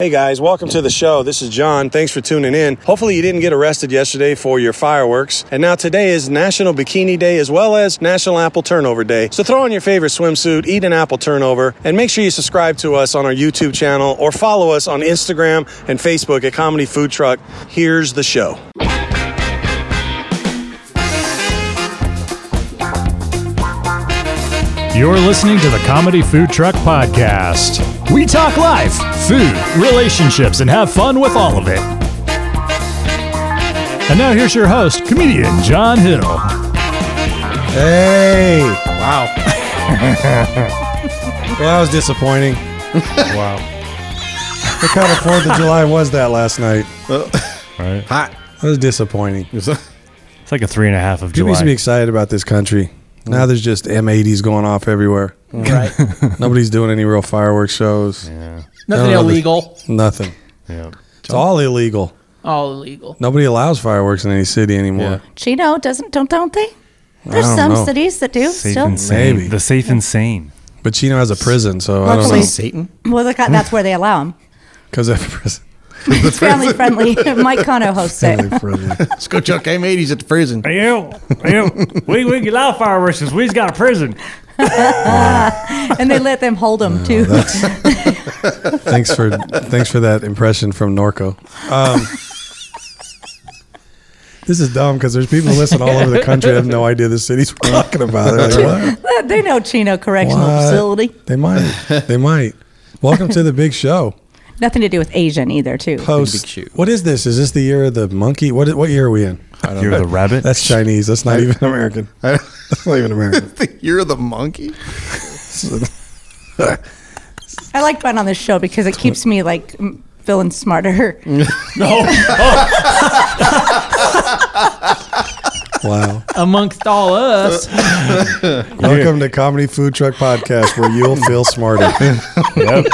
Hey guys, welcome to the show. This is John. Thanks for tuning in. Hopefully, you didn't get arrested yesterday for your fireworks. And now today is National Bikini Day as well as National Apple Turnover Day. So throw on your favorite swimsuit, eat an apple turnover, and make sure you subscribe to us on our YouTube channel or follow us on Instagram and Facebook at Comedy Food Truck. Here's the show. You're listening to the Comedy Food Truck Podcast. We talk life, food, relationships, and have fun with all of it. And now here's your host, comedian John Hill. Hey! Wow. well, that was disappointing. Wow. Look how the 4th of July was that last night. Right. Hot. That was disappointing. It's like a three and a half of People July. used to be excited about this country. Now there's just M80s going off everywhere. Mm. Right. Nobody's doing any real fireworks shows. yeah, Nothing No, no, illegal. Nothing. yeah. It's all illegal. All illegal. Nobody allows fireworks in any city anymore. Chino doesn't don't don't they? There's don't some know. cities that do Safe still. and sane. Maybe. The safe and sane. But Chino has a prison, so I don't Luckily- know. Satan? Well, they got- that's where they allow them. Because I have a prison. It's family friendly. Mike Cano hosts it. Let's go chuck M80s at the prison. Ew, ew. we we get allow fireworks because we've got a prison. and they let them hold them too. thanks for thanks for that impression from Norco. Um, this is dumb because there's people listening all over the country that have no idea the cities we're talking about. They're like, what? they know Chino Correctional What? Facility. They might. They might. Welcome to the big show. Nothing to do with Asian either too. Post. shoot. What is this? Is this the year of the monkey? What what year are we in? You're the rabbit. That's Chinese. That's not even American. That's not even American. You're the monkey? I like fun on this show because it keeps me like m- feeling smarter. Wow. Amongst all us. Welcome to Comedy Food Truck Podcast, where you'll feel smarter. Yep.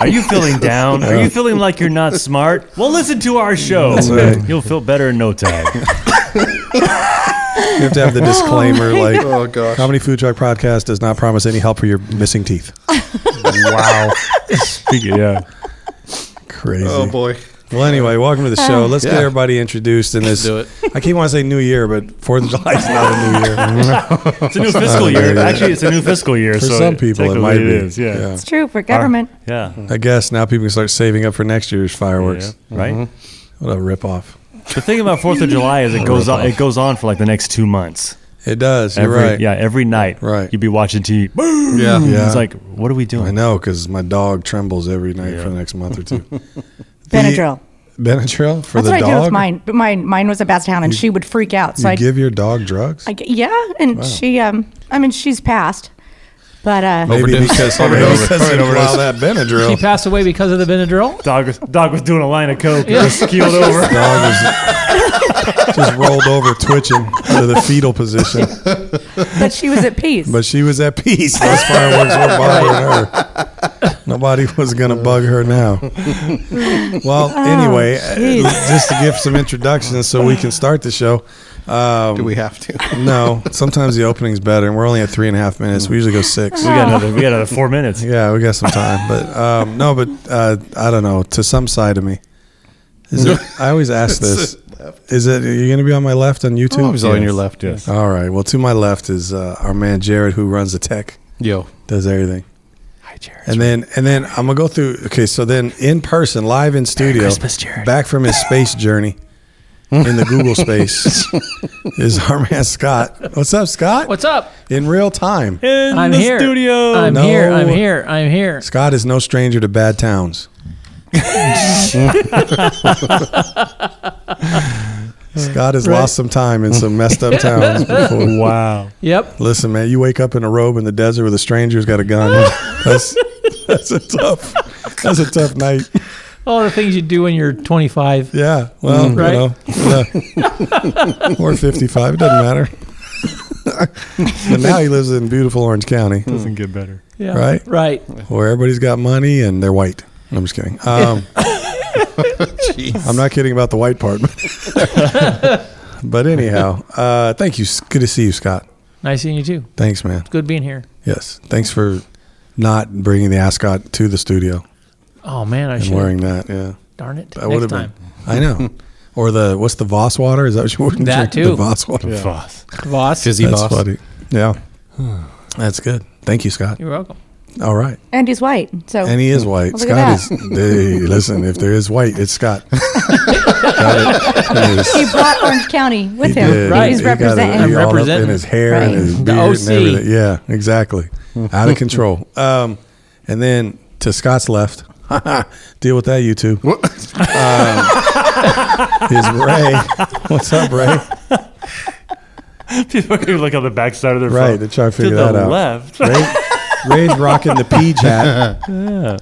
Are you feeling down? Are you feeling like you're not smart? Well, listen to our show. right. You'll feel better in no time. You have to have the disclaimer like Oh, gosh. Comedy Food Truck Podcast does not promise any help for your missing teeth. wow. Speaking, yeah. Crazy. Oh, boy. Well, anyway, welcome to the show. Let's get Yeah. everybody introduced in this. do it. I keep wanting to say New Year, but Fourth of July is not a New Year. It's a new fiscal Yeah, year. yeah. Actually, it's a new fiscal year. For so some people, it technically might be. is, Yeah. It's true for government. Yeah. I guess now people can start saving up for next year's fireworks. Yeah. Right. Mm-hmm. What a ripoff! The thing about Fourth of July is it goes on. It goes on for like the next two months. It does. You're Every, right. Yeah. Every night. Right. You'd be watching TV. Boom. Yeah. Yeah. It's like, what are we doing? I know because my dog trembles every night Yeah. for the next month or two. Benadryl. Benadryl for That's the what dog. I did with mine. But mine mine was a Bastown and she would freak out. So You I give your dog drugs? I g yeah, and she um I mean she's passed. But uh Maybe Overdose. because maybe Overdose. because you Overdose. allow that Benadryl. Oh. He passed away because of the Benadryl. Dog was dog was doing a line of coke. It was keeled over. dog was just rolled over twitching to the fetal position. but she was at peace. But she was at peace. Those fireworks were bothering her. Nobody was going to bug her now. Well, Oh, anyway, jeez. uh, just to give some introductions so we can start the show. Um, Do we have to? no, sometimes the opening's better, and we're only at three and a half minutes. We usually go six. We got another. We got another four minutes. Yeah, we got some time, but um, no, but uh, I don't know. To some side of me, is it, I always ask this: Is it are you going to be on my left on YouTube? Oh, left, yes. All right. Well, to my left is uh, our man Jared, who runs the tech, Yo. does everything, Hi, Jared. and then and then I'm gonna go through. Okay, so then in person, live in studio, Christmas, Jared. back from his space journey in the Google space is our man Scott. What's up, Scott? What's up? in real time? In I'm the here. studio. I'm No. here. I'm here. I'm here. Scott is no stranger to bad towns. Scott has lost some time in some messed up towns before. wow. Yep. Listen, man, you wake up in a robe in the desert with a stranger's got a gun. That's that's a tough that's a tough night. All the things you do when you're 25. Yeah. Well, Right. you know, yeah. or fifty five, it doesn't matter. but now he lives in beautiful Orange County, Doesn't get better. Yeah. Right. Right. where everybody's got money and they're white. I'm just kidding. Um, Jeez. I'm not kidding about the white part. but anyhow, uh, thank you. S- Good to see you, Scott. Nice seeing you too. Thanks, man. Good being here. Yes, thanks for not bringing the ascot to the studio. Oh man, I and should. wearing that. Yeah, Darn it. I Next would've time. I know. Or the what's the Voss water? Is that what you would drink? That too. The Voss water. Voss. Voss. Fizzy That's boss. funny. Yeah, that's good. Thank you, Scott. You're welcome. All right, And he's white. So and he is white. Look Scott at is. Hey, listen, if there is white, it's Scott. Got it. It is- he brought Orange County with He him. did. Right. He's He got it representing. I'm all up representing. in his hair Right. and his The beard and OC. everything. Yeah, exactly. Out of control. Um, and then to Scott's left. Deal with that, you two. um, is Ray? What's up, Ray? People can look on the back side of their Right, phone. to try to to figure the that out. left. Ray, Ray's rocking the Peach hat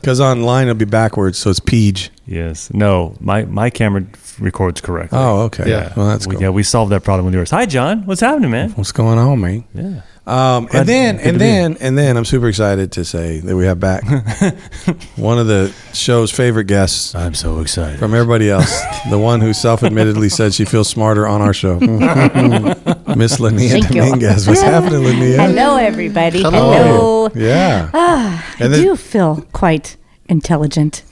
because online it'll be backwards, so it's Peach. Yes. No. My my camera records correctly. Oh, okay. Yeah. Well, that's We- cool. Yeah, we solved that problem with yours. Hi, John. What's happening, man? What's going on, man? Yeah. Um, Glad- and then, good to and be then, and then, I'm super excited to say that we have back one of the show's favorite guests I'm so excited. from everybody else, the one who self-admittedly said she feels smarter on our show, Miss Linnea Thank you. Dominguez. What's happening, Linnea? Hello, everybody. Oh, Hello. Yeah, I And then- do feel quite intelligent.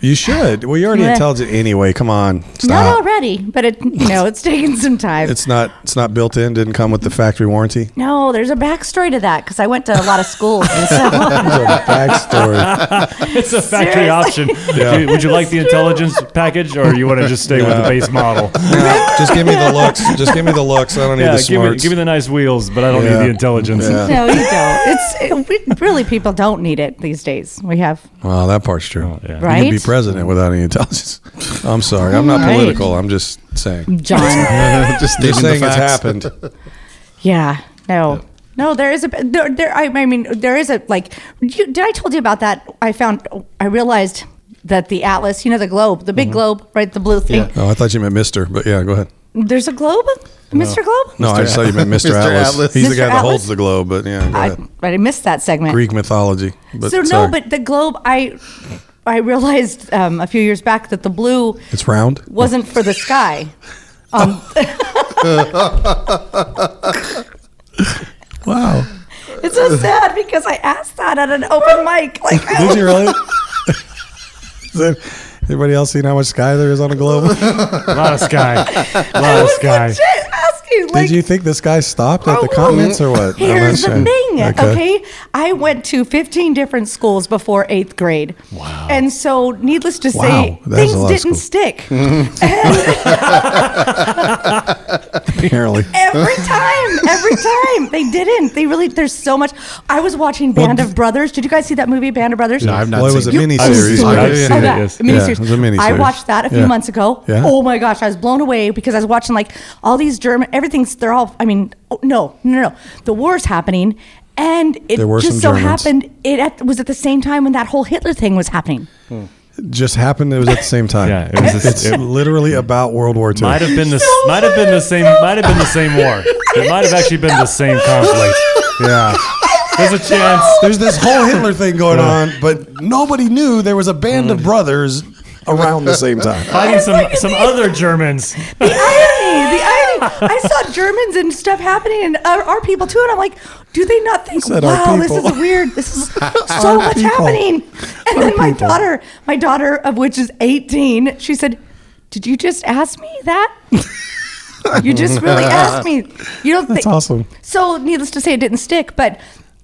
you should. Well, you're already Yeah. intelligent anyway. Come on, Not stop. already, but it you know it's taken some time. It's not. It's not built in. Didn't come with the factory warranty. no, there's a backstory to that because I went to a lot of schools. and so It's a backstory. It's a factory option. Yeah. Would you like the intelligence package, or you want to just stay with the base model? No, just give me the looks. Just give me the looks. I don't need yeah, the give me, smarts. give me the nice wheels, but I don't Yeah. need the intelligence. Yeah. no, you don't. It's it, we, really people don't need it these days. We have Well, that part's true. Oh, yeah. You right, can be president without any intelligence. I'm sorry. I'm not Right. political. I'm just saying. John. Just Just stating saying the it's facts. happened. Yeah. No. No, there is a there. there I, I mean, there is a like. You, did I told you about that? I found. I realized that the atlas, you know, the globe, the Mm-hmm. big globe, right? The blue thing. Oh, I thought you meant Mister, but yeah, go ahead. There's a globe, Mr. Globe. No, I just thought you meant Mister Mr. Atlas. Atlas. He's the Mr. guy that Atlas? holds the globe, but yeah, go I, ahead. I missed that segment. Greek mythology. But so sorry. no, but the globe. I I realized um, a few years back that the blue it's round. wasn't for the sky. Wow. It's so sad because I asked that at an open mic. Like, I Did you really? Is that- Everybody else seen how much sky there is on a globe? A lot of sky. A lot of was sky. legit asking. Like, Did you think this guy stopped at the Oh, comments or what? I'm not Here's sure. the thing, okay. I went to 15 different schools before eighth grade. Wow. And so, needless to Wow, say, that's things a lot of didn't schools. stick. Apparently. Every time, every time they didn't. They really. There's so much. I was watching Band of Brothers. Did you guys see that movie, Band of Brothers? No, I've not Well, it seen was a You- mini I've series. seen it. I've seen Oh, it, that, yes. miniseries. Yeah, it was a miniseries. I watched that a few Yeah. months ago. Yeah. Oh my gosh, I was blown away because I was watching like all these German, everything's, they're all, I mean, oh, no, no, no. The war's happening. And it There were some just so Germans. happened, it at, was at the same time when that whole Hitler thing was happening. Just happened. It was at the same time. Yeah, it was. It's A, it literally about World War II. might have been the might have been the same might have been the same war. It might have actually been the same conflict. Yeah. There's a chance. There's this whole Hitler thing going on, but nobody knew there was a band Mm. of brothers around the same time. Fighting some some other Germans. The irony, the irony. I saw Germans and stuff happening and our, our people too. And I'm like, do they not think, said our wow, this is people. weird. This is so much people. happening. And then my people. daughter, my daughter of which is 18, she said, did you just ask me that? you just really asked me. You don't That's thi- awesome. So needless to say, it didn't stick, but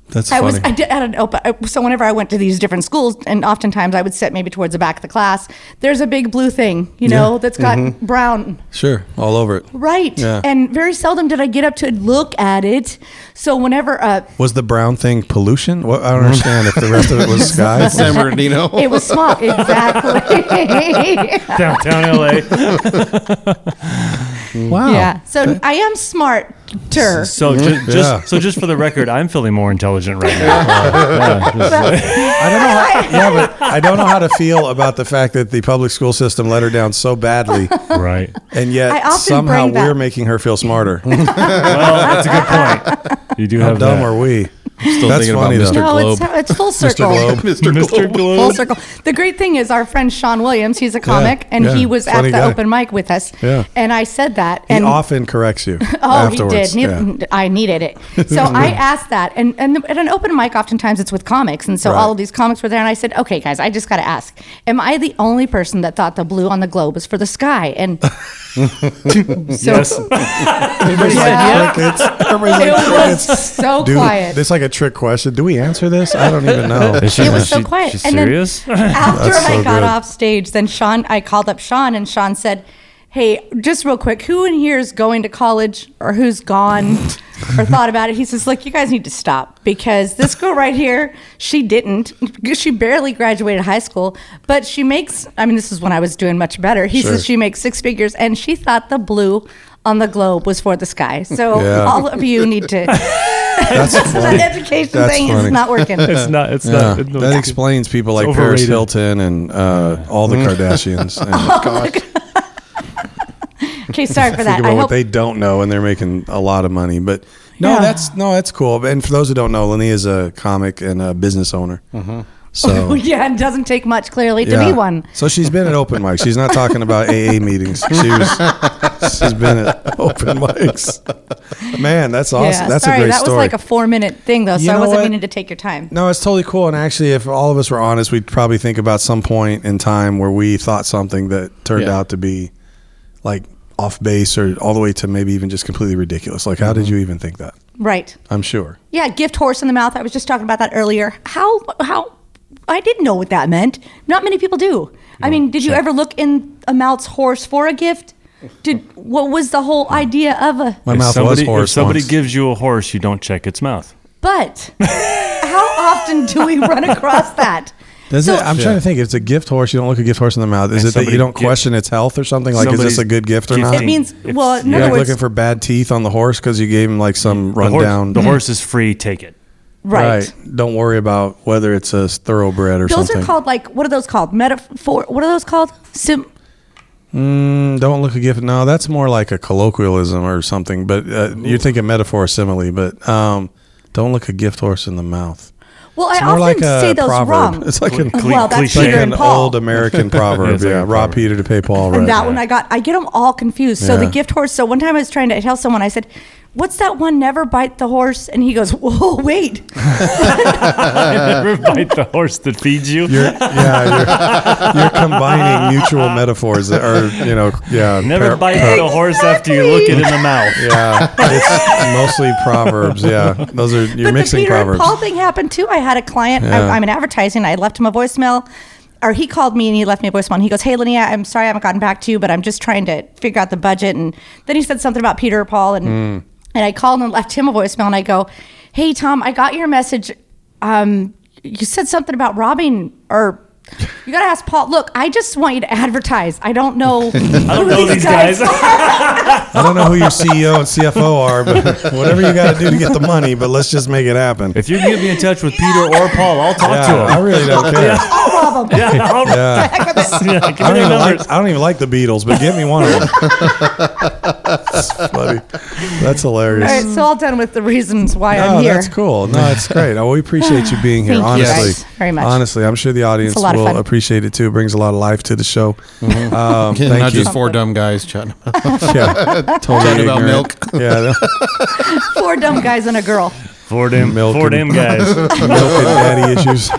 That's I was funny. I did I don't know, but I, so whenever I went to these different schools, and oftentimes I would sit maybe towards the back of the class. There's a big blue thing, you know, that's got Mm-hmm. brown, sure, all over it. right? Yeah. And very seldom did I get up to look at it. So whenever uh, Was the brown thing pollution? What, I don't understand if the rest of it was sky. San Bernardino. it was smog, exactly. Downtown LA. Wow. yeah. So I am smarter. So just, just Yeah. so just for the record, I'm feeling more intelligent right now. Uh, I don't know. How, yeah, but I don't know how to feel about the fact that the public school system let her down so badly, Right. and I yet often somehow bring that- we're making her feel smarter. How Well, that's a good point. You do have dumb that. are we? Still That's thinking funny, about though. Mr. no, Globe. it's it's full circle. Globe. Mr. Globe. Full circle. The great thing is our friend Sean Williams. He's a comic, and yeah, he was at funny the guy. open mic with us. Yeah. And I said that, He and often corrects you. Oh, afterwards. he did. Yeah. Neith- I needed it. So I asked that. And, and at an open mic, oftentimes it's with comics. And so Right. all of these comics were there. And I said, okay, guys, I just got to ask Am I the only person that thought the blue on the globe was for the sky? And so Everybody said yeah. Crickets. Everybody's it like, was so Dude, quiet. it's like a trick question. Do we answer this? I don't even know. Is It was so she- quiet. She's And then- serious? After That's I so got good. off stage, then Sean, I called up Sean, and Sean said, Hey, just real quick, who in here is going to college or who's gone or thought about it? He says, Look, you guys need to stop because this girl right here, she didn't. She barely graduated high school, but she makes, I mean, this is when I was doing much better. He Sure. says she makes six figures, and she thought the blue on the globe was for the sky. So Yeah. all of you need to. That's that funny. education That's thing funny. is not working. It's not. It's Yeah, not. it- no, that it's- explains people like Paris overrated. Hilton and uh, all the Mm-hmm. Kardashians. Oh, And Okay, sorry for that. figure I out what hope they don't know, and they're making a lot of money. But no, Yeah. that's no, that's cool. And for those who don't know, Lenny is a comic and a business owner. Mm-hmm. So Well, yeah, it doesn't take much clearly to yeah. be one. So she's been at open mics. She's not talking about AA meetings. She was, she's been at open mics. Man, that's awesome. Yeah, that's sorry, a great that story. was like a four minute thing though, so You I know wasn't what? meaning to take your time. No, it's totally cool. And actually, if all of us were honest, we'd probably think about some point in time where we thought something that turned Yeah. out to be like off base or all the way to maybe even just completely ridiculous. Like, how did Mm-hmm. you even think that? Right. I'm sure. Yeah, gift horse in the mouth. I was just talking about that earlier. How how I didn't know what that meant. Not many people do. I mean, did you ever look in a mouth's horse for a gift? Did what was the whole idea of a My if mouth somebody, was horse. If somebody once. gives you a horse, you don't check its mouth. but? how often do we run across that? Does So- it, I'm trying to think. If it's a gift horse, you don't look a gift horse in the mouth. Is And it that somebody you don't gi- question its health or something? Like, is this Somebody's a good gift or not? gifting. It means- It's- well, in yeah. You're other like words- looking for bad teeth on the horse because you gave him like some the horse, rundown. the horse is free. Take it. Right. Don't worry about whether it's a thoroughbred or Those something. are called like what are those called? Metaphor what are those called? Sim Mm, don't look a gift. No, that's more like a colloquialism or something. But uh, you're thinking metaphor, or simile. But um, don't look a gift horse in the mouth. well I It's often more like a say those proverb. wrong. It's like, an, Cle- Oh, well, that's cliche. like Peter Like and an Paul. old American proverb. it's like yeah, a rob proverb. Peter to pay Paul. Right. And that one I got, I get them all confused. So the Yeah. gift horse. So one time I was trying to tell someone, I said, "What's that one? Never bite the horse." And he goes, "Whoa, wait, Never bite the horse that feeds you. You're, yeah, you're, you're combining mutual metaphors that are, you know, yeah. Never par- bite par- the horse after you look it in the mouth. Yeah, it's mostly proverbs. Yeah, those are you're but mixing the Peter proverbs. and Paul thing happened too. I had a client. Yeah. I, I'm in advertising. I left him a voicemail, or he called me and he left me a voicemail. And he goes, "Hey, Linnea, I'm sorry I haven't gotten back to you, but I'm just trying to figure out the budget." And then he said something about Peter or Paul, and Hmm. and I called and left him a voicemail. And I go, "Hey, Tom, I got your message. Um, you said something about robbing or." You gotta ask Paul. Look, I just want you to advertise. I don't know. I don't know these guys. I don't know who your CEO and CFO are, but whatever you got to do to get the money, but let's just make it happen. If you can get me in touch with Peter or Paul, I'll talk Yeah, to I him. really don't care. All of them. Yeah, I'll, Yeah. yeah, give me I don't, their even numbers. like, I don't even like the Beatles, but give me one of them. That's funny. That's hilarious. All right, so all done with the reasons why No, I'm here. that's cool. No, it's great. Oh, we appreciate you being here. Thank you honestly, guys very much. Honestly, I'm sure the audience a lot of will fun. appreciate it too. It brings a lot of life to the show. Um, Mm-hmm. Yeah, thank not you. just four dumb guys chatting about, yeah, totally chatting about ignorant. milk. Yeah, Four dumb guys and a girl. Four damn, Milk four damn and- guys. milk and daddy issues.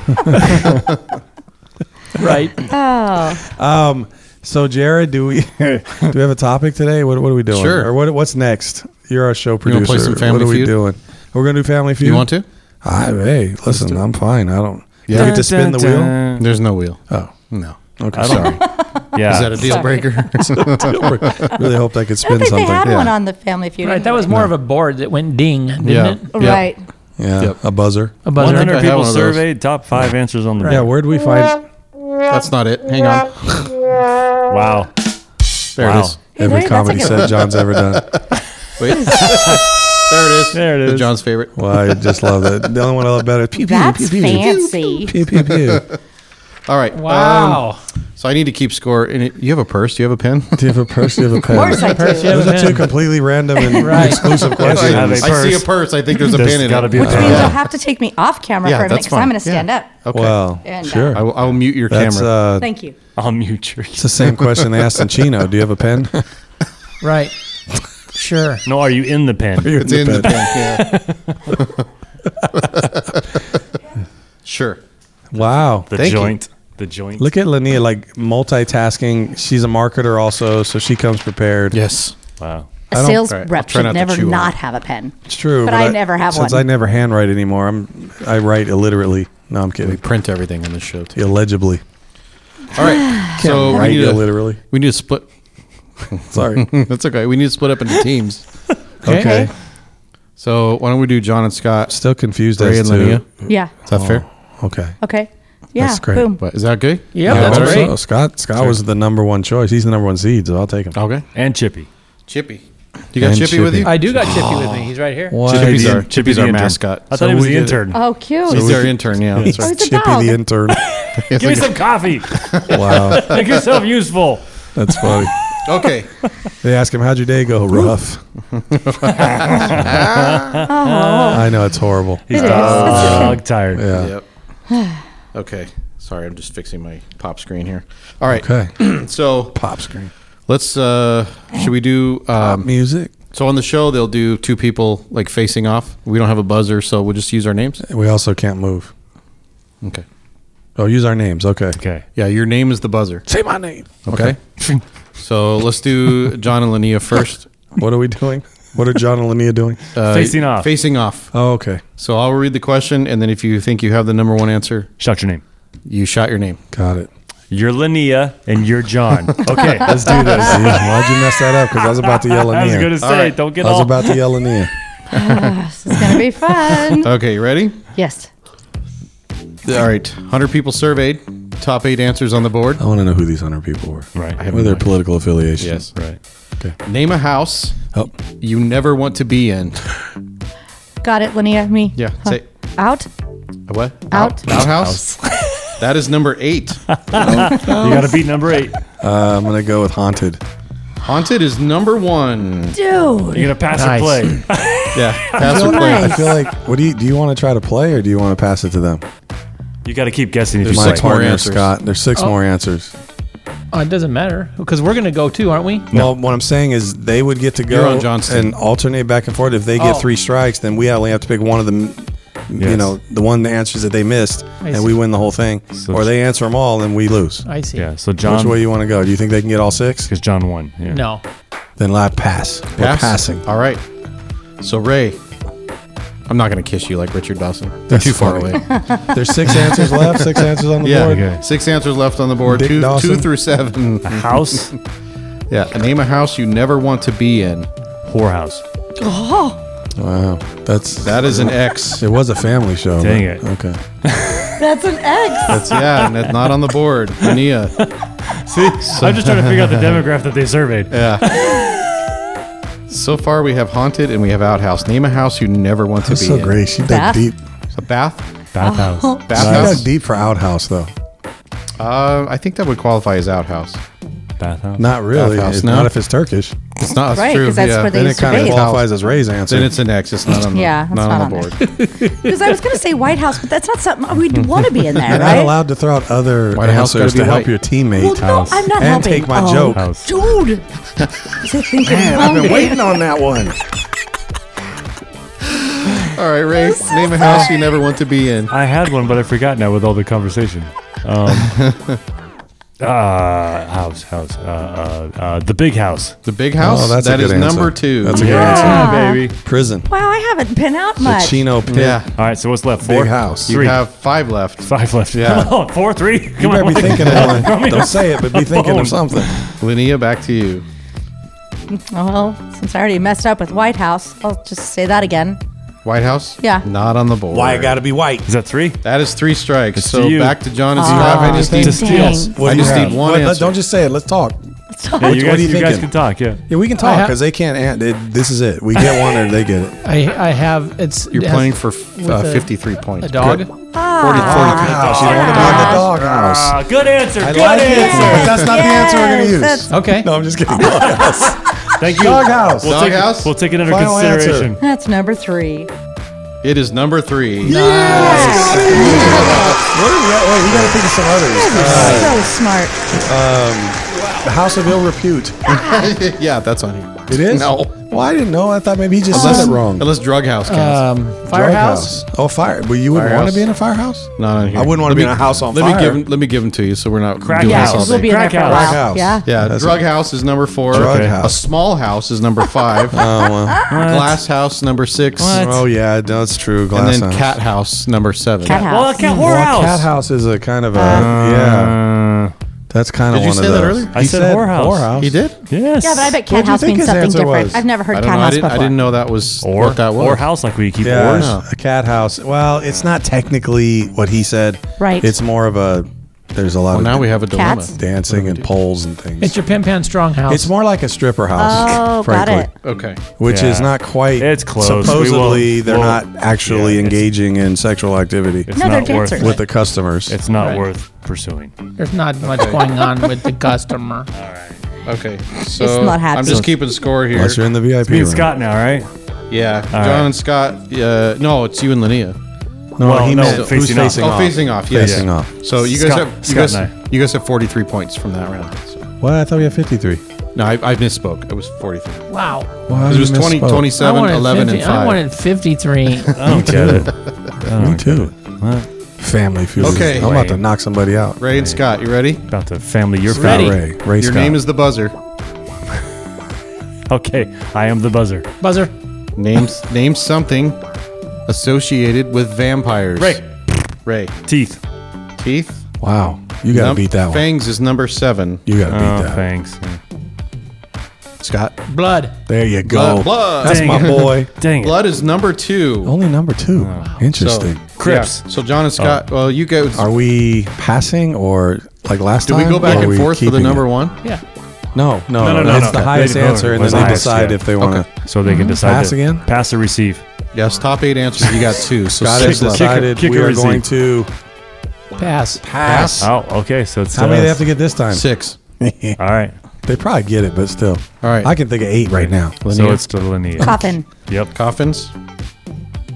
Right. Oh, Um, so Jared, do we do we have a topic today? What, what are we doing? Sure. Or what, what's next? You're our show wanna producer. play some Family what are we Feud? doing? We're gonna do Family Feud. You want to? I, hey, listen, I'm fine. I don't. Yeah. Do Yeah. we get to spin the wheel? There's no wheel. Oh, No. okay. I Sorry. don't- Yeah. Is that a deal Sorry. breaker? really hoped I could I don't spin think something. they had Yeah. one on the Family Feud. Right. That was more of a board that went ding, didn't Yeah. it? Yeah. right. Yeah, Yep. a buzzer. A One buzzer. I hundred had people one of those. surveyed. Top five answers on the Yeah, board. where'd we find? That's not it. Hang on. Wow. There Wow. it is. Hey, there- Every that's comedy like a- set John's ever done. Wait. there it is. There it That's is. John's favorite. Well, I just love that. The only one I love better. Pew, pew, That's pew, pew, fancy. Pew, pew, pew. All right. um, Wow. so I need to keep score. And it, you have a purse? Do you have a pen? Do you have a purse? Do you have a pen? course I do. Perhaps you have Those a are two pen. completely random and Right. exclusive I, questions. have a I see a purse. purse. I think there's a There's pen in gotta it. be a Which pen. means Yeah. you'll have to take me off camera yeah, for a minute that's because fine. I'm going Yeah. to stand up. Okay. Well, And, uh, sure. I will, I will mute your That's camera. uh, Thank you. I'll mute you. it's the same question they asked in Chino. Do you have a pen? Right. Sure. No, are you in the pen? it's in the pen. Yeah. sure. Wow. The Thank you. joint. The joint. Look at Lania like multitasking. She's a marketer also, so she comes prepared. Yes. Wow. A I don't- sales all right, I'll rep try should not to never chew on not it. have a pen. It's true. But I never have since one. I never handwrite anymore, I'm I write illiterately. No, I'm kidding. Print everything on the show. Too. Illegibly. All right. so we Write need, to, illiterally. we need to split. Sorry. That's okay. We need to split up into teams. Hmm. okay. So why don't we do John and Scott? Still confused Ray as and to Linnea. Yeah. Is that fair? Okay. Okay. Yeah. That's great, Boom. But is that good? Yeah, Yeah, that's well, great. so Scott Scott was the number one choice. He's the number one seed, so I'll take him. Okay. And Chippy. Chippy. You got And Chippy, with Chippy. you? I do got Chippy with me. He's right here. Why Chippy's did- our, Chippy's our the intern. mascot. I So thought he was we the did it. intern. Oh, cute. He's our intern, yeah. that's Oh, right. it's a Chippy dog. the intern. Give me some coffee. wow, Make yourself useful. that's funny. Okay. They ask him, "How'd your day go?" Rough. I know it's horrible. He's It is. dog tired. Uh, Yeah. Yep. Uh, Okay. Sorry, I'm just fixing my pop screen here. All right. Okay. So Pop screen. let's. uh Should we do? Um, Music. so on the show, they'll do two people like facing off. We don't have a buzzer, so we'll just use our names. We also can't move. Okay. Oh, use our names. Okay. Okay. Yeah, your name is the buzzer. Say my name. Okay. so let's do John and Linnea first. What are we doing? What are John and Linnea doing? Uh, Facing off. Facing off. Oh, okay. So I'll read the question, and then if you think you have the number one answer, Shout your name. you shout your name. Got it. You're Linnea and you're John. Okay, let's do this. Jeez, why'd you mess that up? Because I was about to yell I was Linnea. gonna say, right. don't get I was all. about to yell Linnea. This is going to be fun. Okay, you ready? yes. All right. 100 people surveyed. Top eight answers on the board. I want to know who these hundred people were. Right. I What are their political Yes. affiliations? right. Name a house Oh, you never want to be in. Got it, Linnea. Me. Yeah, Huh. say- Out. A What? Out. Outhouse. that is number eight. You gotta beat number eight. uh, I'm gonna go with haunted. Haunted is number one. Dude. You're gonna pass Nice. or play. Yeah, pass or I play. Nice. feel like. What do you do? You want to try to play, or do you want to pass it to them? You gotta keep guessing if There's you My play. six more partner answers. Scott. There's six more answers. Oh, it doesn't matter because we're going to go too, aren't we? Well, what I'm saying is they would get to go You're on Johnston. and alternate back and forth. If they get Oh. three strikes, then we only have to pick one of them. You Yes. know, the one the answers that they missed, and see. we win the whole thing. So- or they answer them all, and we lose. I see. Yeah. So Which John, way you want to go? Do you think they can get all six? because John won. Yeah. No. Then I pass. We're Pass. passing. All right. So Ray, I'm not gonna kiss you like Richard Dawson. They're That's too far funny. away. There's six answers left. Six answers on the Yeah. board. Okay. Six answers left on the board. Dick Two, Dawson. two through seven. House, Yeah. Name a house you never want to be in. whorehouse. Wow, that's That is an X. It was a family show. Dang but- it. Okay. That's an X. That's yeah, and that's not on the board. Nia. See, I'm just trying to figure out the demographic that they surveyed. Yeah. So far, we have haunted and we have outhouse. Name a house you never want to That's be so in. great. She dug Bath? deep. A bath. Bathhouse. She Bathhouse. dug deep for outhouse though. Uh, I think that would qualify as outhouse. Bathhouse. Not really. Outhouse, It's no? Not if it's Turkish. It's not Right, true. 'cause that's yeah. where then, they Then it used to kind of be. qualifies. qualifies as Ray's answer. Then it's an X. It's not on the, Yeah, that's not on the not on board. Because I was going to say White House, but that's not something we'd want to be in there, You're not right? allowed to throw out other White House gotta answers be to help white. your teammate. Well, no, I'm not and helping. take my Oh, joke. House. Dude. Is it thinking wrong? waiting on that one. All right, Ray. so name a house you never want to be in. I had one, but I forgot now with all the conversation. Um, uh, house, house, uh, uh, uh, the big house. The big house. Oh, that's a That good is answer. number two. That's a good Ah, Yeah, baby. Prison. Wow, I haven't been out The much. Chino pit. yeah. All right, so what's left? Four. Big house. You Three. have five left. Five left. Yeah. Come on, four, three. Come You better on. be thinking of one. Throw me Don't a- say it, but be thinking bone. of something. Linnea, back to you. Oh, well, since I already messed up with White House, I'll just say that again. White House. Yeah. Not on the board. to be white? Is that three? That is three strikes. It's so to you. Ah. back to John and Scott. I just Dang. need Just- steals. I just need one What- answer. Don't just say it. Let's talk. Yeah, you What- what guys, are you you guys thinking? can talk. Yeah. Yeah, we can I talk ha- because they can't. And it, this is it. We get one or they get it. I I have it's. You're it has playing for f- with uh, a- 53 points. a dog. Good. 40, 40. House. You don't want to buy the dog house. Ah, good answer. I good like it, answer. but that's not the answer we're gonna Yes, use. that's- Okay. no, I'm just kidding. Doghouse. Thank you. Doghouse. We'll take, Doghouse? we'll take it under Final answer. consideration. That's number three. It is number three. Wait, wait, you got to think of some others. So smart. The House of Ill Repute. yeah, that's on here. It is? No. Well, I didn't know. I thought maybe he just said it wrong. Unless Drug House counts. Um, Drug firehouse. house. Oh, fire. But you wouldn't want Firehouse. to be in a firehouse? not on here. I wouldn't want to Let be me- in a house on let fire. Me give, 'em- let me give them to you so we're not Crack doing house. Yeah, this all we'll day. be in there Crack for a while. house. House. Yeah. yeah, That's Drug it. House is number four. Drug Okay. A house. small house is number five. Oh, well. Glass house number six. oh yeah, no, that's true. And Glass then house. cat house number seven. Cat Well, I house. can't Well, whorehouse. cat Hmm. house is a kind of a yeah. Uh, That's kind of Did you one say of that those. earlier? I He said whorehouse. He did. yes. Yeah, but I bet What cat do you house think means his something answer different. was? I've never heard I cat don't know. I house didn't, I before. didn't know that was Or, what that was. or house like we keep Yeah, wars. a cat house. Well, it's not technically what he said. Right. It's more of a. There's a lot Well, of now we have a dilemma. Cats? dancing and poles and things. It's your pin pan strong house. It's more like a stripper house. Oh, got frankly. it. Okay. which is Yeah. not quite. It's close. We won't- Supposedly, they're won't- not actually yeah, it's- engaging in sexual activity It's No, they're not worth dancers. it. with the customers. It's not Right. worth pursuing. There's not much going on with the customer. Okay. So not I'm happening. just keeping score here. Unless you're in the VIP Me room. and Scott now, right? Yeah. John right. and Scott. Uh, no, it's you and Linnea. no, Well, he no, meant facing who's off. facing oh, off. facing off. Yes. Facing off. So you guys Scott- have you Scott guys, and you guys have 43 points from that round. So. What? I thought we had 53. No, I, I misspoke. It was 43. Wow. Wow, It was Oh, you 20, misspoke. 27, 11, and 5. I wanted 53. I don't get it. Oh, Me too. Family feud. Okay. I'm about to knock somebody out. Ray and Scott, you ready? About to family your Not Ready. family. Ray. Ray Your Scott. name is the buzzer. Okay, I am the buzzer. Buzzer. Names name something associated with vampires. Ray. Teeth. Teeth. Wow. You got to Num- beat that one. Fangs is number seven. You got to Oh, beat that. thanks. Scott. Blood. There you Blood. go. Oh, blood. That's Dang my it. boy. Dang it. Blood is number two. Only number two. Oh. So- Interesting. Crips. yeah. So John and Scott, well, you guys. Oh. Are we passing or like last do time? we go or back are and we forth for the keeping number it? one? Yeah. No, No, no, no, no, It's no. the Okay. highest They didn't answer, vote. and It was then they the highest, decide yeah. if they want to. So they can decide. Mm-hmm. Pass to- again? Pass or receive. Yes. Top eight answers. You got two. So Got six it. Kick- left. kick- Decided kick we or are receive? going to Pass. pass. Oh, okay. So it's How many us. they have to get this time? Six. they All right. probably get it, but still. All right. I can think of eight right now. So it's to Linnea. Coffin. Yep. Coffins.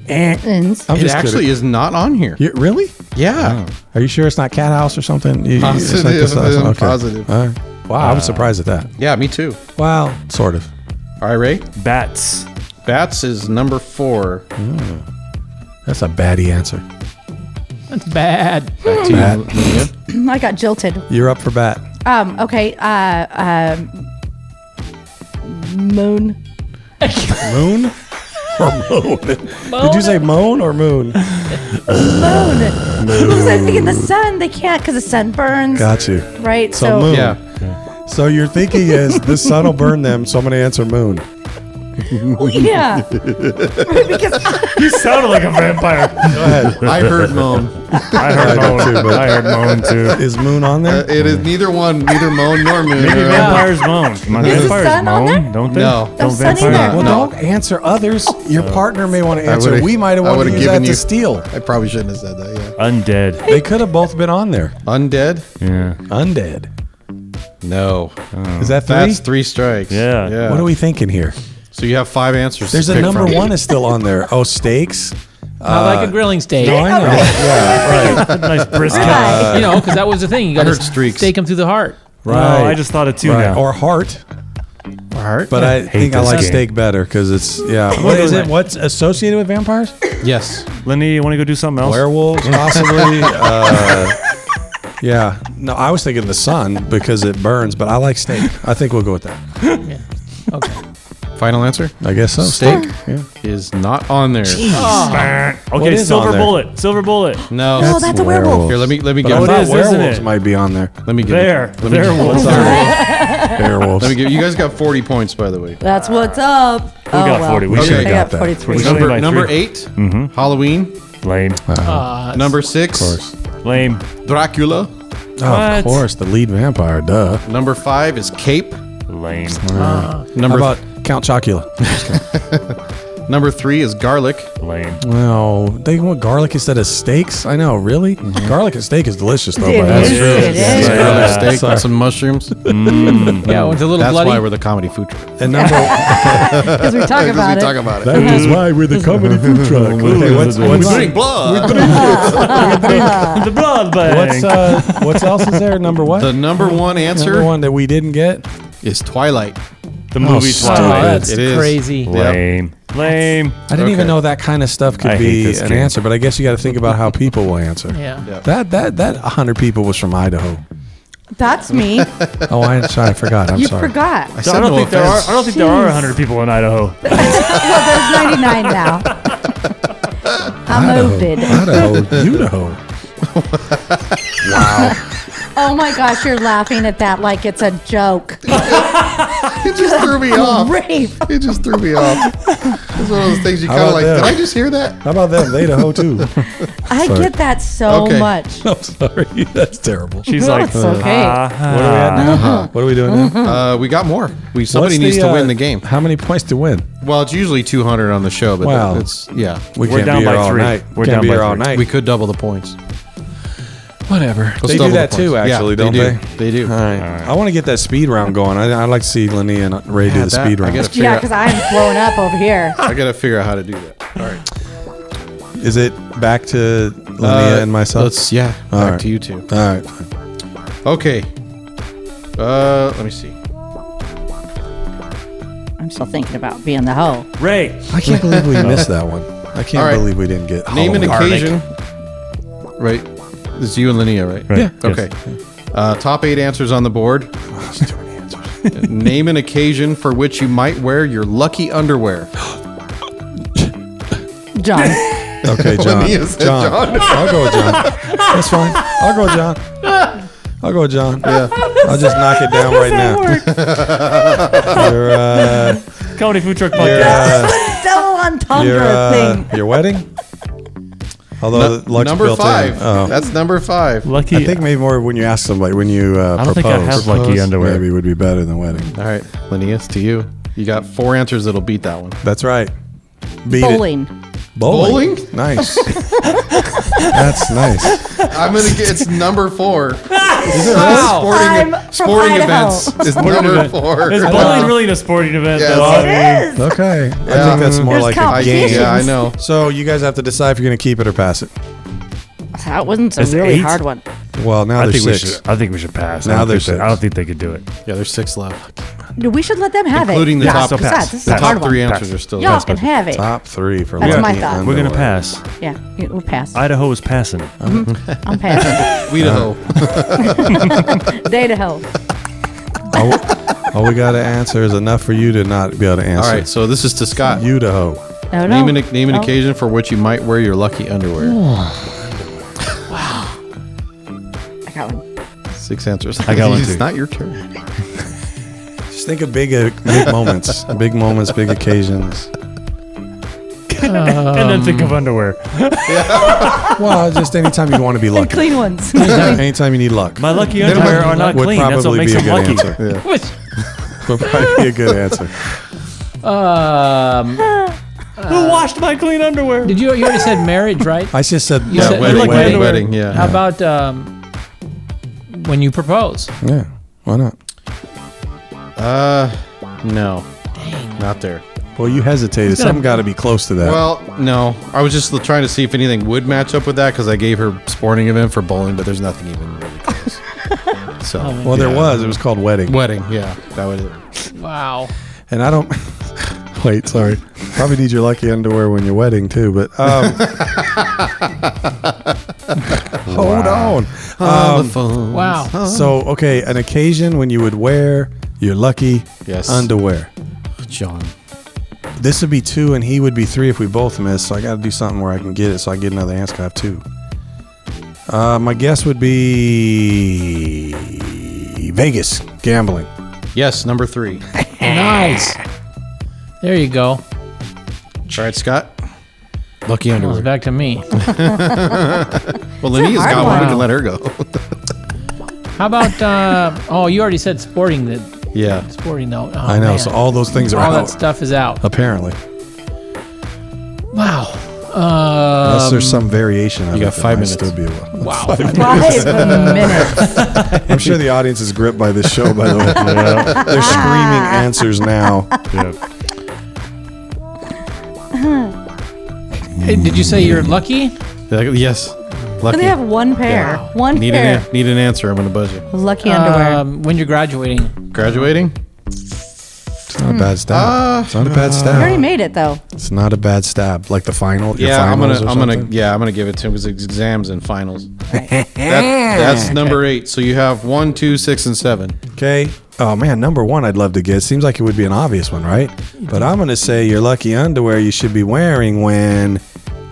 Eh. Ins. I'm It actually is not on here. You, Oh. really? Yeah. Are you sure it's not cat house or something? You- you- it's not Positive, this house. I'm Okay. positive. All right. Wow, I was surprised at that. Yeah. Me too. Wow, sort of. All right, Ray. Bats. Bats is number four. That's a baddie answer. That's bad. Back to you, Bat. Linnea. I got jilted. You're up for bat. Um, okay. Uh, um, moon. Moon or moan? Did you say moan or moon? Moon. Because I was thinking the sun. They can't because the sun burns. Got you. Right. So, So, moon. Yeah. So your thinking is the sun will burn them, so I'm going to answer moon. yeah. because You sounded like a vampire. Go ahead. I heard moan. I heard moan. but- I heard moan too. Is moon on there? Uh, It is neither one, neither moan nor moon. Maybe vampires moan. Come on, Is the vampires sun on moan, there? don't they? No. Don't sun in vampires? there. Well, No. Oh. don't answer others. Your partner may want to answer. would've- We might have I wanted to would've use that given to you- steal. I probably shouldn't have said that. Yeah. Undead. They could have both been on there. Undead? Yeah. Undead. No. Is that three? That's three strikes. Yeah. Yeah. What are we thinking here? so you have five answers. There's to a pick number from. one is still on there. Oh, steaks. Not like a grilling steak. No, I know. yeah, right. nice brisket. you know, because that was the thing. You got heard to streaks. stake him through the heart. Oh, Right. I just thought of two right. now. or heart. Heart. But I think I this like game. steak better because it's yeah. What is it? Right. What's associated with vampires? Yes. Lenny, you want to go do something else? Werewolves, possibly. uh, yeah. No, I was thinking the sun because it burns, but I like steak. I think we'll go with that. okay. Final answer? I guess so. Steak is not on there. What Okay, is on silver there? bullet. Silver bullet. No. oh, that's a werewolf. Here, let me let me But get I It thought is, isn't werewolves it? might be on there. let me get There. Let me There get- was. Werewolves. Let me get you guys got 40 points by the way. That's what's up. oh, got 40? We I should've got, got that. 43. We should've- Number by number three. 8 Halloween. Lame. Uh, Number 6 Mm-hmm. course. Lame. Dracula. Oh, of course, the lead vampire, duh. Number five is Cape. Lame. How Number about Count Chocula? number three is Garlic. Lame. no, they want garlic instead of steaks. I know, really. Garlic and steak is delicious, though. It by the is. way. It is. Garlic Yeah. steak with some mushrooms. Yeah, with a little That's bloody. why we're the comedy food truck. And number Because we talk Because about we it. talk about it. Mm-hmm. that is why we're the comedy food truck. what's, what's, Drink blood. Uh. the blood bank. what's, uh, what's else is there? Number what? The number one answer number one that we didn't get. is Twilight. the movie stop Wow, Twilight. Oh, that's It is. crazy. Yep. Lame. Lame. I didn't even Okay. know that kind of stuff could I hate be this an game. answer, but I guess you got to think about how people will answer. Yeah. That that that 100 people was from Idaho. That's me. Oh, I, sorry, I forgot. I'm You sorry. forgot. I, So said I don't no think there are. offense. I don't think there are Jeez. 100 people in Idaho. Well, there's 99 now. I'm open. Idaho, Idaho. Oh my gosh, you're laughing at that like it's a joke. It just threw me off. Rape. It just threw me off. It's one of those things you kind about of like. that? Did I just hear that? How about that? Idaho too. I Sorry. get that so Okay. much. I'm sorry. That's terrible. She's No, like, it's okay. "Ah, What are we at now? Uh-huh. What are we doing now? Uh, we got more. We somebody What's needs the, to uh, win the game. How many points to win? Well, it's usually 200 on the show, but Wow. it's yeah. We We're can't down be here by all three. night. We're can't down be by here all three. night. We could double the points. whatever. Let's they do double the that too, points. Yeah, actually, they don't do. they? They do. All right. I want to get that speed round going. I, I'd like to see Linnea and Ray do Yeah, the that- speed I round. gotta figure Yeah, out- because I'm blown up over here. I gotta figure out how to do that. All right. Is it back to Linnea Uh, and myself? Let's yeah. All back right. to you two. All right. fine. Okay. Uh, let me see. I'm still thinking about being the hoe. Ray. I can't believe we missed that one. I can't All right. believe we didn't get Name an Halloween. occasion. Right. This is you and Linnea, right? Right, yes. Okay. Uh, top eight answers on the board. Too many answers. Name an occasion for which you might wear your lucky underwear. John. Okay, John. Linnea said John. I'll go with John. That's fine. I'll go with John. I'll go with John. Yeah. I'll just knock it down right now. your, uh, Comedy Food Truck your, Podcast. uh, Double entendre your, uh, thing. your wedding? Although Nu- luck's number built in. five. Oh. That's number five. Lucky. I think maybe more when you ask somebody when you uh, I don't propose. think I have lucky Propose. underwear. Maybe would be better than wedding. All right, Linnea, it's to you. You got four answers that'll beat that one. That's right. Beat it. Bowling. Bowling. Bowling? Nice. That's nice. I'm gonna get it's number four. Wow. Sporting, e-, I'm from sporting Idaho. events is number four. Is bowling really in a sporting event? Yes. though? It I mean, Yes. Okay. Um, I Yeah. think that's more There's like a I, competition. game. yeah, I know. So you guys have to decide if you're going to keep it or pass it. That wasn't a It's really eight? hard one. Well, now I there's think we six. should. I think we should pass. Now I don't there's think they- six. I don't think they could do it. Yeah, there's six left. No, We should let them have Including it. the yeah, top- besides, pass. This is The a top hard Top one. three answers are still Y'all left. can have it. Top three for That's lucky my thought. We're gonna underwear. pass. Yeah, you- we'll pass. Idaho is passing. I'm passing. We know. Day to hoe. All, we- all we got to answer is enough for you to not be able to answer. All right, so this is to Scott. You to hoe. No, Oh, no. name an name an No. occasion for which you might wear your lucky underwear. I got one. Six answers. I got one, It's too. not your turn. Just think of big, uh, big moments, big moments, big occasions. and then think of underwear. Well, just anytime you want to be And lucky. clean ones. anytime you need luck. My lucky underwear are not would clean. That's what probably makes be a them good lucky. answer. Yeah. Which, Would probably be a good answer. um, Who washed my clean underwear? did you? You already said marriage, right? I just said You Yeah, said- wedding, like wedding, wedding. wedding, yeah. How about um, when you propose? Yeah, why not? Uh, no, not there. Well, you hesitated. Something got to be close to that. Well, no. I was just trying to see if anything would match up with that because I gave her sporting event for bowling, but there's nothing even really close. so, Oh, Well, there yeah. was. It was called wedding, Wedding, yeah. That was it. Wow. and I don't. Wait, sorry. Probably need your lucky underwear when you're wedding too, but um, hold on. Um, Wow. So, okay, an occasion when you would wear your lucky Yes. underwear. John. This would be two, and he would be three if we both miss. So I got to do something where I can get it, so I get another answer. I have two. Uh, my guess would be Vegas gambling. Yes, number three. All Nice. There you go. right, Scott. Oh, Lucky Comes underwear. back to me. Well, Linnea's got one. We hard one. can let her go. How about? Uh, oh, you already said sporting. That Yeah. sporting though. Oh, I know. man. So all those things are all that out. stuff is out. Apparently, Wow. Uh, unless there's some variation. Of you got it, it five might minutes. Still be a wow. Five minutes. I'm sure the audience is gripped by this show. By the way, they're screaming answers now. Yeah. Hey, Did you say you're lucky? Like, yes. Lucky. They have one pair. One Need an, pair an- need an answer. I'm going to buzz you. of lucky underwear. Um, when you're graduating. Graduating? It's not a bad Ah. stab. it's not a bad you already stab. made it though. It's not a bad stab. Like the final. your Yeah, I'm finals gonna, or I'm gonna, something. yeah, I'm gonna give it to him because exams and finals. That- that's number eight. So you have one, two, six, and seven. Okay. Oh man, number one I'd love to get. Seems like it would be an obvious one, right? But I'm gonna say your lucky underwear you should be wearing when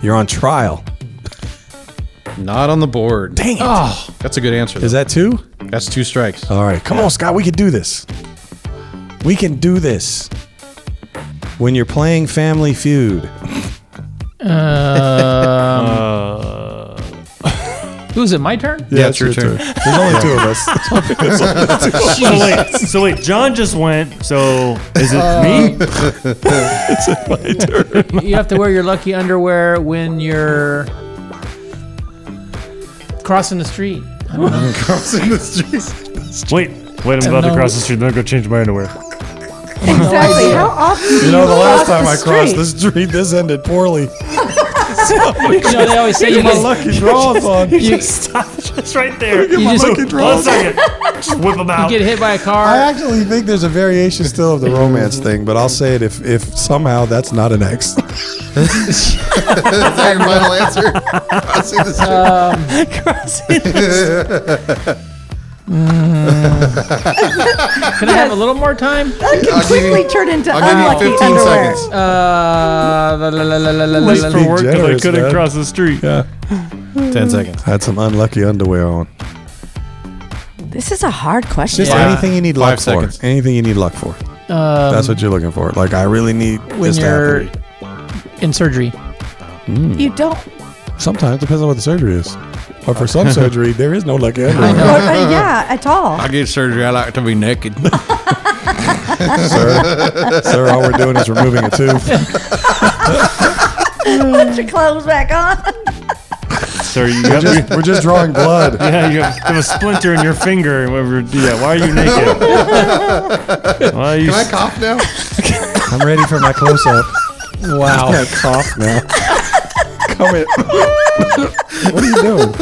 you're on trial. Not on the board. Dang it! Is Oh, That's a good answer. though. that two? that's two strikes. All right. Come on, Scott. We can do this. We can do this. When you're playing Family Feud, Who's it? My turn. yeah, it's your turn. there's only two of us. So wait, so wait, John just went. So is it me? You have to wear your lucky underwear when you're crossing the street. Crossing the streets. Wait, wait, I'm about to No. cross the street. Then I go change my underwear. Exactly. How often? You know, the last cross time the I crossed street. the street, this ended poorly. You know they always say you My get, lucky draws on. Stop, just right there. you just lucky you One draws. second. Just whip them out. get hit by a I car. actually think there's a variation still of the romance thing, but I'll say it if if somehow that's not an X. That's your final answer. Crossing the streets. Can I have a little more time? That can quickly turn into I'll give unlucky you 15 underwear. seconds. Uh, la, la, la, la, la, la, Late la, for la. work 'cause I generous, couldn't man. cross the street. Ten seconds. Had some unlucky underwear on. This is a hard question. Just Yeah. anything you need luck Five for. seconds. Anything you need luck for. that's what you're looking for. Like I really need when this to you're happen. in surgery. You don't. Sometimes depends on what the surgery is. But for some surgery, there is no lucky I underwear. Or, know. uh, yeah, at all. I get surgery. I like to be naked. sir. sir, all we're doing is removing a tooth. Put your clothes back on. Sorry, you got Just- we're just drawing blood. Yeah, you have, you have a splinter in your finger. and whatever- Yeah, why are you naked? Why are you? Can I cough now? I'm ready for my close up. Wow. cough now. Come in. what are you doing?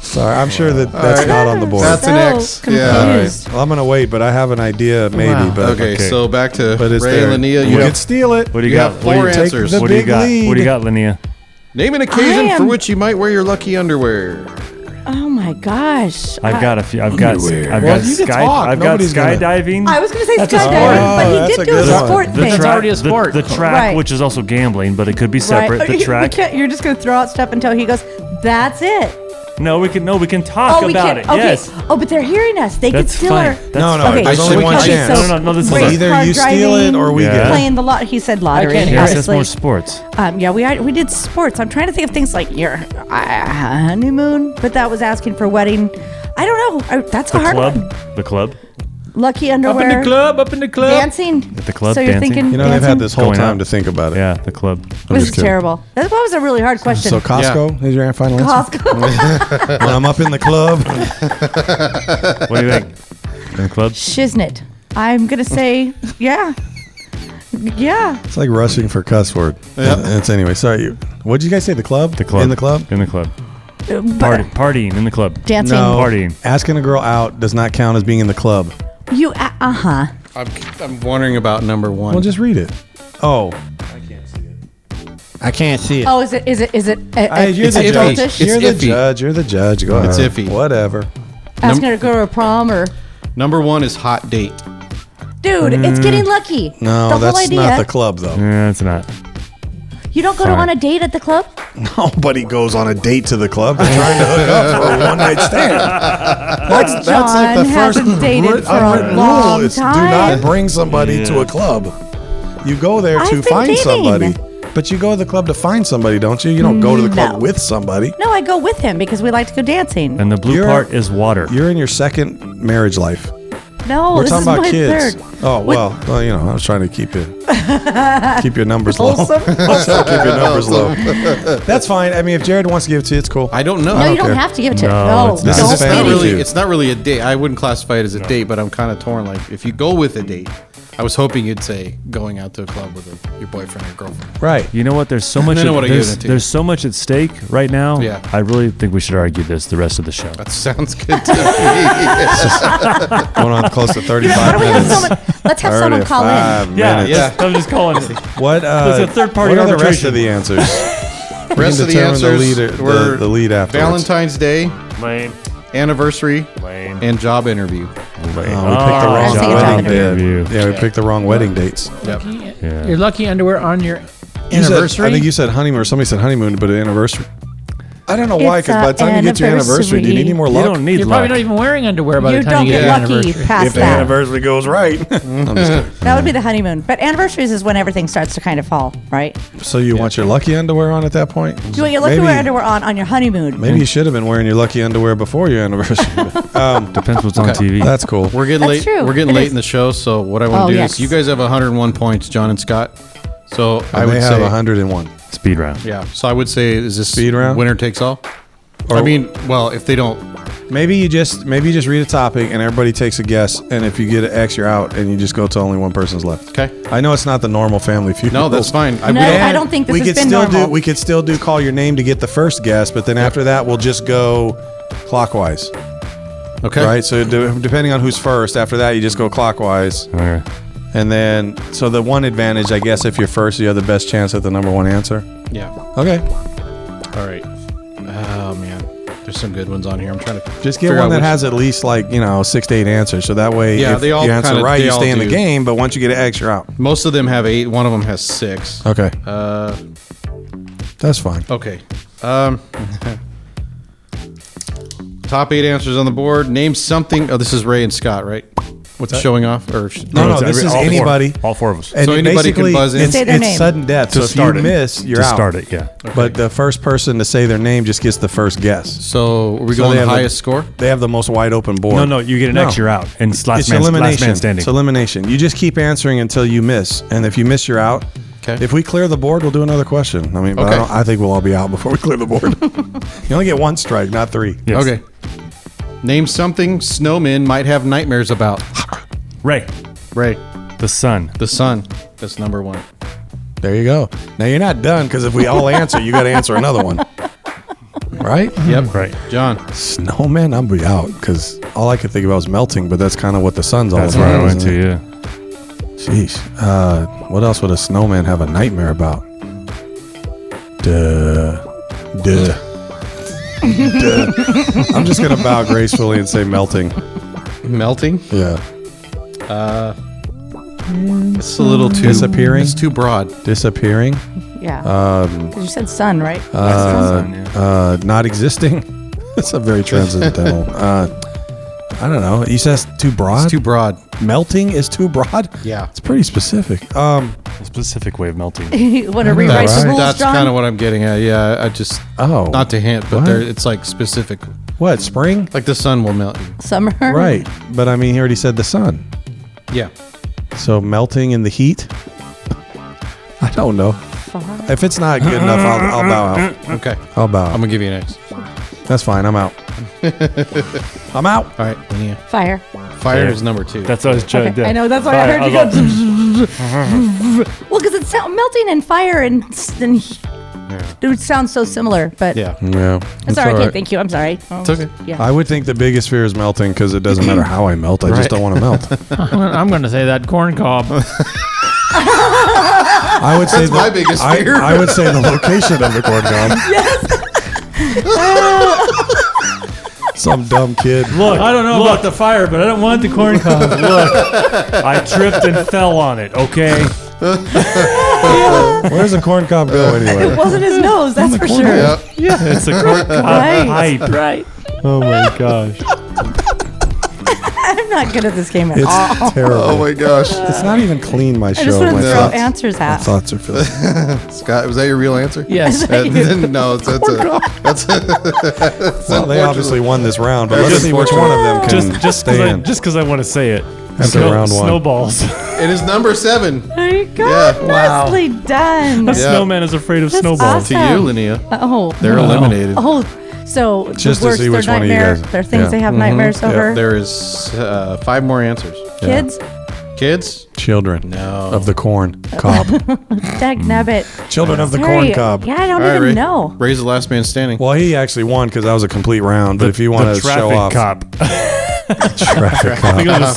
Sorry, I'm sure that that's right. not on the board. That's an So X. Yeah. All right. confused. Well, I'm gonna wait, but I have an idea maybe. Wow. But Okay, Okay. so back to but it's Ray there. and Lania. You we have could steal it. What do you You got? got What do four you, Take answers. the what do you big got? What do lead. you got, Linnea? Name an occasion for am- which you might wear your lucky underwear. Oh my gosh. I've I- got a few. I've got. I've Well, got you can sky. talk. I've got Nobody's gonna- skydiving. I was going to say a sport. skydiving, Oh, but he that's a did do a good one. sport the thing. It's track, already a the- sport. The, track, Right. which is also gambling, but it could be Right. separate. Oh, you- The we track. can't- you're just going to throw out stuff until he goes, that's it. No, we can. No, we can talk Oh, we about can't- it. Okay. Yes, Oh, but they're hearing us. They that's could steal fine. our. That's No, no, fine. there's so only we- one okay, chance. so No, no, no, this is race a- Either car you steal it driving, or we Yeah. get it. Playing the lot. He said lottery. can't hear Yes, it. that's obviously. more sports. Um, yeah, we I, we did sports. I'm trying to think of things like your uh, honeymoon, but that was asking for wedding. I don't know. I, that's a The hard club. one. The club. Lucky Up in underwear. the club. Up in the club. Dancing. At the club, So you're dancing. thinking You know, they've dancing? had this whole Going time out. to think about it. Yeah, the club. I'm This just is kidding. terrible. That was a really hard question. So Costco is your final answer. Costco. When I'm up in the club, What do you think? The club. Shiznit. I'm gonna say yeah. Yeah. it's like rushing for cuss word. Yeah. It's anyway. Sorry, you. What did you guys say? The club. The club. In the club. In the club. Uh, but- Party, partying in the club. Dancing. No. Partying. Asking a girl out does not count as being in the club. You uh huh. I'm, I'm wondering about number one. Well, just read it. Oh, I can't see it. Oh, is it is it is it uh, uh, Hey, you're it's the iffy. judge. adultish? It's You're the iffy. judge. You're the judge. Go It's ahead. iffy. Whatever. uh, Asking her to go to a prom or number one is hot date. dude, it's getting lucky. Mm. No, the that's whole idea. not the club though. Yeah, it's not. you don't go to on a date at the club. Nobody goes on a date to the club. They're trying to hook up for a one night stand. That's, that's like the John first hasn't dated writ- for a unwritten long rule. It's do time. not bring somebody to a club. You go there I've to been find dating. somebody. But you go to the club to find somebody, don't you? You don't go to the club No. with somebody. No, I go with him because we like to go dancing. And the blue You're- part is water. You're in your second marriage life. no, We're Oh, this talking is about my kids. third. Oh What- well, well, you know, I was trying to keep you keep your numbers low. Wholesome. Also keep your numbers low. That's fine. I mean, if Jared wants to give it to you, it's cool. I don't know. No, you don't don't care. have to give it to. No, No, it's not. don't It's This is not feed it. really. you. It's not really a date. I wouldn't classify it as a date, but I'm kind of torn. Like, if you go with a date, I was hoping you'd say going out to a club with a, your boyfriend or girlfriend. right. You know what? There's so much. I know what I At, there's, gave it to. there's so much at stake right now. Yeah. I really think we should argue this the rest of the show. That sounds good to me. Going on close to Why don't thirty-five we have minutes. someone? Let's have someone call in. 35 minutes. yeah. I'm just calling it. What? Uh, It's a third-party What are the rest arbitration. of the answers? We can Rest of the determine answers The lead, were the, the lead afterwards. Valentine's Day, Lame. anniversary, Lame. and job interview. Oh, we picked I the wrong was thinking wedding job Ah, interview. date. Yeah, we picked the wrong wedding dates. Yeah. Your lucky underwear on your You said- anniversary. I think you said honeymoon, or somebody said honeymoon, but anniversary. I don't know why, It's uh, because a by the time you get to your anniversary, do you need any more You luck? don't need You're luck. probably not even wearing underwear by You the time don't you get get your lucky anniversary. past that. anniversary goes right. I'm just kidding. That would be the honeymoon. But anniversaries is when everything starts to kind of fall, right? So you want your lucky underwear on at that point? Do you want your lucky Maybe- wear underwear on on your honeymoon? Maybe you should have been wearing your lucky underwear before your anniversary. but, um, Depends what's on TV. that's cool. We're getting That's late. true. We're getting It late is. in the show, so what I want to Oh, do yes. is you guys have 101 points, John and Scott. So I I would may have say 101. Speed round. Yeah. So I would say is this Speed round? winner takes all? Or- I mean, well, if they don't Maybe you just maybe you just read a topic and everybody takes a guess, and if you get an X, you're out, and you just go to only one person's left. Okay. I know it's not the normal family feud. No, that's fine. I No, we don't- I don't think this we has could been still normal. do we could still do call your name to get the first guess, but then after that we'll just go clockwise, Okay. right? So de- depending on who's first, after that you just go clockwise, All right. and then so the one advantage, I guess, if you're first, you have the best chance at the number one answer. Yeah. Okay, All right. Oh man, there's some good ones on here. I'm trying to just get figure one out that which- has at least like you know six to eight answers, so that way Yeah, if they all you answer kinda- right, they you all stay in the do. game, but once you get an X, you're out. Most of them have eight. One of them has six. Okay, Uh, that's fine. okay. Um, top eight answers on the board. Name something. Oh, this is Ray and Scott, right? What's showing off? Or sh- No, no, It's this every- all is four- anybody. all four of us. And So anybody can basically, buzz in? It's, Say their it's name. sudden death. So To if you start it. miss, you're to out. start it, yeah. But the first person to say their name just gets the first guess. So are we So going they have the- highest score? They have the most wide open board. No, no, you get an X, you're out. And it's last, It's man, last elimination. man standing. It's elimination. You just keep answering until you miss, and if you miss, you're out. 'Kay. If we clear the board, we'll do another question. I mean, but I, Okay. don't, I think we'll all be out before we clear the board. you only get one strike, not three. Yes. Okay. Name something snowmen might have nightmares about. Ray, Ray, the sun. the sun. That's number one. There you go. Now you're not done because if we all answer, you got to answer another one, right? Hmm. Yep. Right. John. Snowman, I'm be out because all I could think about was melting, but that's kind of what the sun's all That's about. where I went isn't to, it? yeah. Jeez. Uh, what else would a snowman have a nightmare about? Duh. Duh. Duh. I'm just going to bow gracefully and say melting. Melting. Yeah. Uh, It's a little too Disappearing? It's too broad. Disappearing. Yeah. Because you said sun, right? um, Uh, uh, not existing. That's a very transcendental. uh, I don't know. You said it's too broad. It's too broad. melting is too broad. Yeah. It's pretty specific. Um. A specific way of melting. you want to rewrite That's, the rules, that's John? kind of what I'm getting at. Yeah, I just Oh. not to hint, but What? there it's like specific. What? Spring. Like the sun will melt you. Summer. Right. But I mean, he already said the sun. Yeah. So melting in the heat? I don't know. If it's not good enough, I'll, I'll bow out. Okay. I'll bow I'm out. gonna give you an X. That's fine. I'm out. I'm out. All right, Linnea. Fire. Fire Yeah. is number two. That's what I was trying to Okay, I know. That's why I heard you go. well, because it sound melting and fire and and it would sound so similar, but yeah. Yeah. it's all right. Okay, thank you. I'm sorry. Oh, It's okay. Yeah. I would think the biggest fear is melting because it doesn't matter how I melt. I just Right. don't want to melt. I'm going to say that corn cob. I would say That's my biggest I, fear. I would say the location of the corn cob. Some dumb kid. Look, I don't know about the fire, but I don't want the corn cob. I tripped and fell on it, okay? Where's the corn cob go anyway? It wasn't his nose, that's for sure. It's a corn cob Right. Oh pipe. Right. Oh my gosh. I'm not good at this game at It's all. terrible. Oh my gosh, It's not even clean, my show. I just want my to throw thoughts, answers my out. thoughts are filled. Scott, was that your real answer? Yes. Uh, no, that's a, that's a, well, they obviously won this round, but That's let's see which one of them can Just just stay in. because I, want to say it. After round one. Snowballs. it is number seven. There you go. Nicely done. A snowman is afraid of That's snowballs. awesome. To you, Linnea. Oh. They're eliminated. Oh. So Just the to worst, see their which one of you nightmare, guys- There are things yeah. they have nightmares over. There is uh, five more answers. Kids, Kids? Children No. of the corn cob. dag nabbit. Children of the Sorry. corn cob. Yeah, I don't All right, even Ra- know. Raise the last man standing. Well, he actually won because that was a complete round. But if you want the to show traffic off, cop. I traffic think cop. it was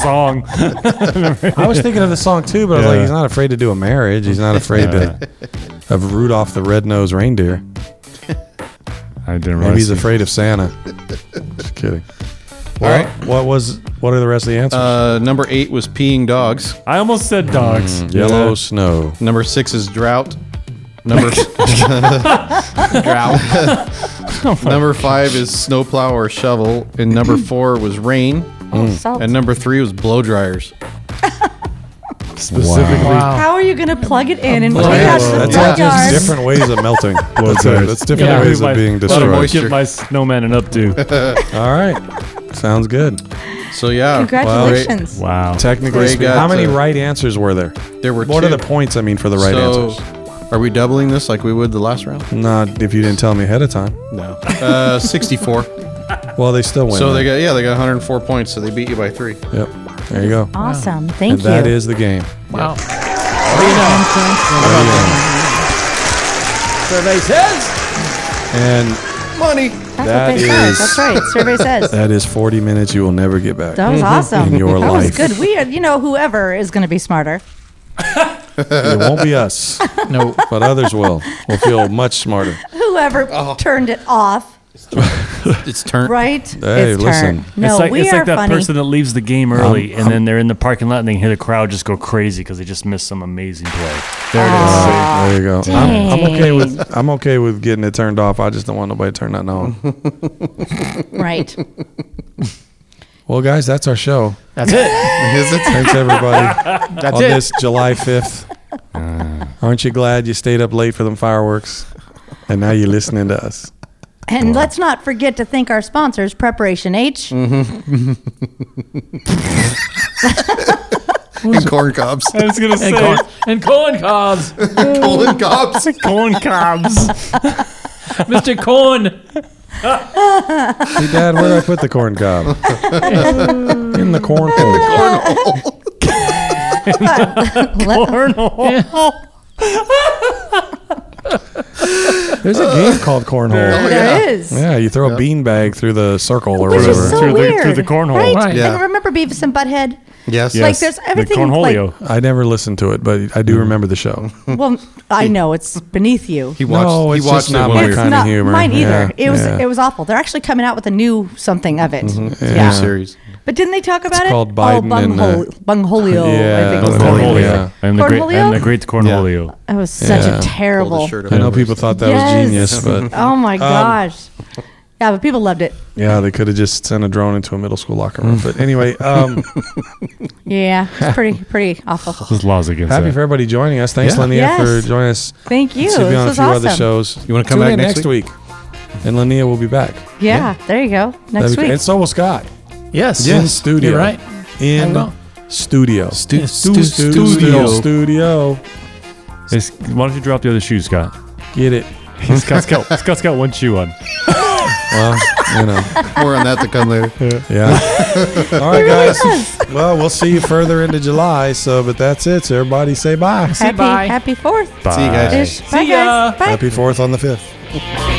a song. I was thinking of the song too, but I was like, Yeah. he's not afraid to do a marriage. He's not afraid to, of Rudolph the Red-Nosed Reindeer. I didn't Maybe he's see- afraid of Santa. Just kidding. All right. What was? What are the rest of the answers? Uh, number eight was peeing dogs. I almost said dogs. Mm, Yellow snow. Number six is drought. Number drought. number five is snowplow or shovel, and number four was rain, Oh, Mm. salt. and number three was blow dryers. Specifically. How are you going to plug it in and take blow. out That's the all just yard? different ways of melting. That's, it. That's different Yeah. ways My- of being let him destroyed. Give my snowman an updo. All right. Sounds good. So yeah, Congratulations. wow. Technically Ray speaking, got, how many uh, right answers were there? There were What two. are the points? I mean, for the right so, answers. are we doubling this like we would the last round? Not if you didn't tell me ahead of time. No. Uh, 64. Well, they still win. so they then. got yeah they got 104 points, so they beat you by three. Yep. There you go. Awesome. Thank And you. that is the game. Wow. Survey says And money. That's that what they is- said. That's right. Survey says. that is 40 minutes you will never get back. That was awesome. Mhm. In your that life. was good. We, are, you know, whoever is going to be smarter. It won't be us, No. but others will. We'll feel much smarter. Whoever turned it off, It's turn. right? Hey, it's listen. turn. No, it's like, we it's are like that funny. person that leaves the game Um, early and then they're in the parking lot and they hit a crowd just go crazy because they just missed some amazing play. There it There you go. I'm, I'm okay with I'm okay with getting it turned off. I just don't want nobody turning that on. right. Well, guys, that's our show. That's it. Is it? Thanks everybody That's on it. this July 5th. Aren't you glad you stayed up late for them fireworks? And now you're listening to us. And let's not forget to thank our sponsors, Preparation H. Mm. And corn cobs. is. I was going to say and, corn, and corn cobs. Colon cobs. corn cobs. Mr. Corn. Hey, Dad, where do I put the corn cob? In the corn hole. There's a game called cornhole. There is. Yeah, you throw a bean bag through the circle or Which whatever. is so Through the- weird. through the cornhole. Right? Right. Yeah. And remember Beavis and Butthead? Yes. Like there's everything. the cornholio. I never listened to it, but I do remember the show. Like, well, I know it's beneath you. he watched. No, he it's watched just not it my when we it's were kind of not humor. mine either. Yeah, It was yeah. Mm-hmm. it was awful. They're actually coming out with a new something of it. Yeah. new series. But didn't they talk about it? called oh, Biden and, uh, bunghole, bungholio. I think it was Yeah. called. Cornholio. Yeah. And the great Cornholio? and the great cornholio. That was such Yeah. a Pull terrible. the shirt up Um, I know over. people thought that Yes. was genius, but Oh my gosh. Yeah, but people loved it. yeah, they could have just sent a drone into a middle school locker room. But anyway, um, Yeah, it's pretty pretty awful. Those laws against happy that. for everybody joining us. Thanks, Yeah. Linnea, Yes. for joining us. Thank you. She'll be this on a was few awesome. other shows. You wanna come Tune back in next week? And Linnea will be back. Yeah, there you go. That'd Next be- week. And so will Scott. Yes. In studio. You're right. I In will. studio. Stu- Stu- stu- Studio. Studio. It's- why don't you drop the other shoe, Scott? Get it. Scott's got Scott's got one shoe on. Well, you know. More on that to come later. Yeah. All right, guys. Well, we'll see you further into July. So, but that's it. So everybody say bye. happy bye. happy fourth. See you guys. Bye ya. guys. Bye. Happy 4th on the 5th. Bye.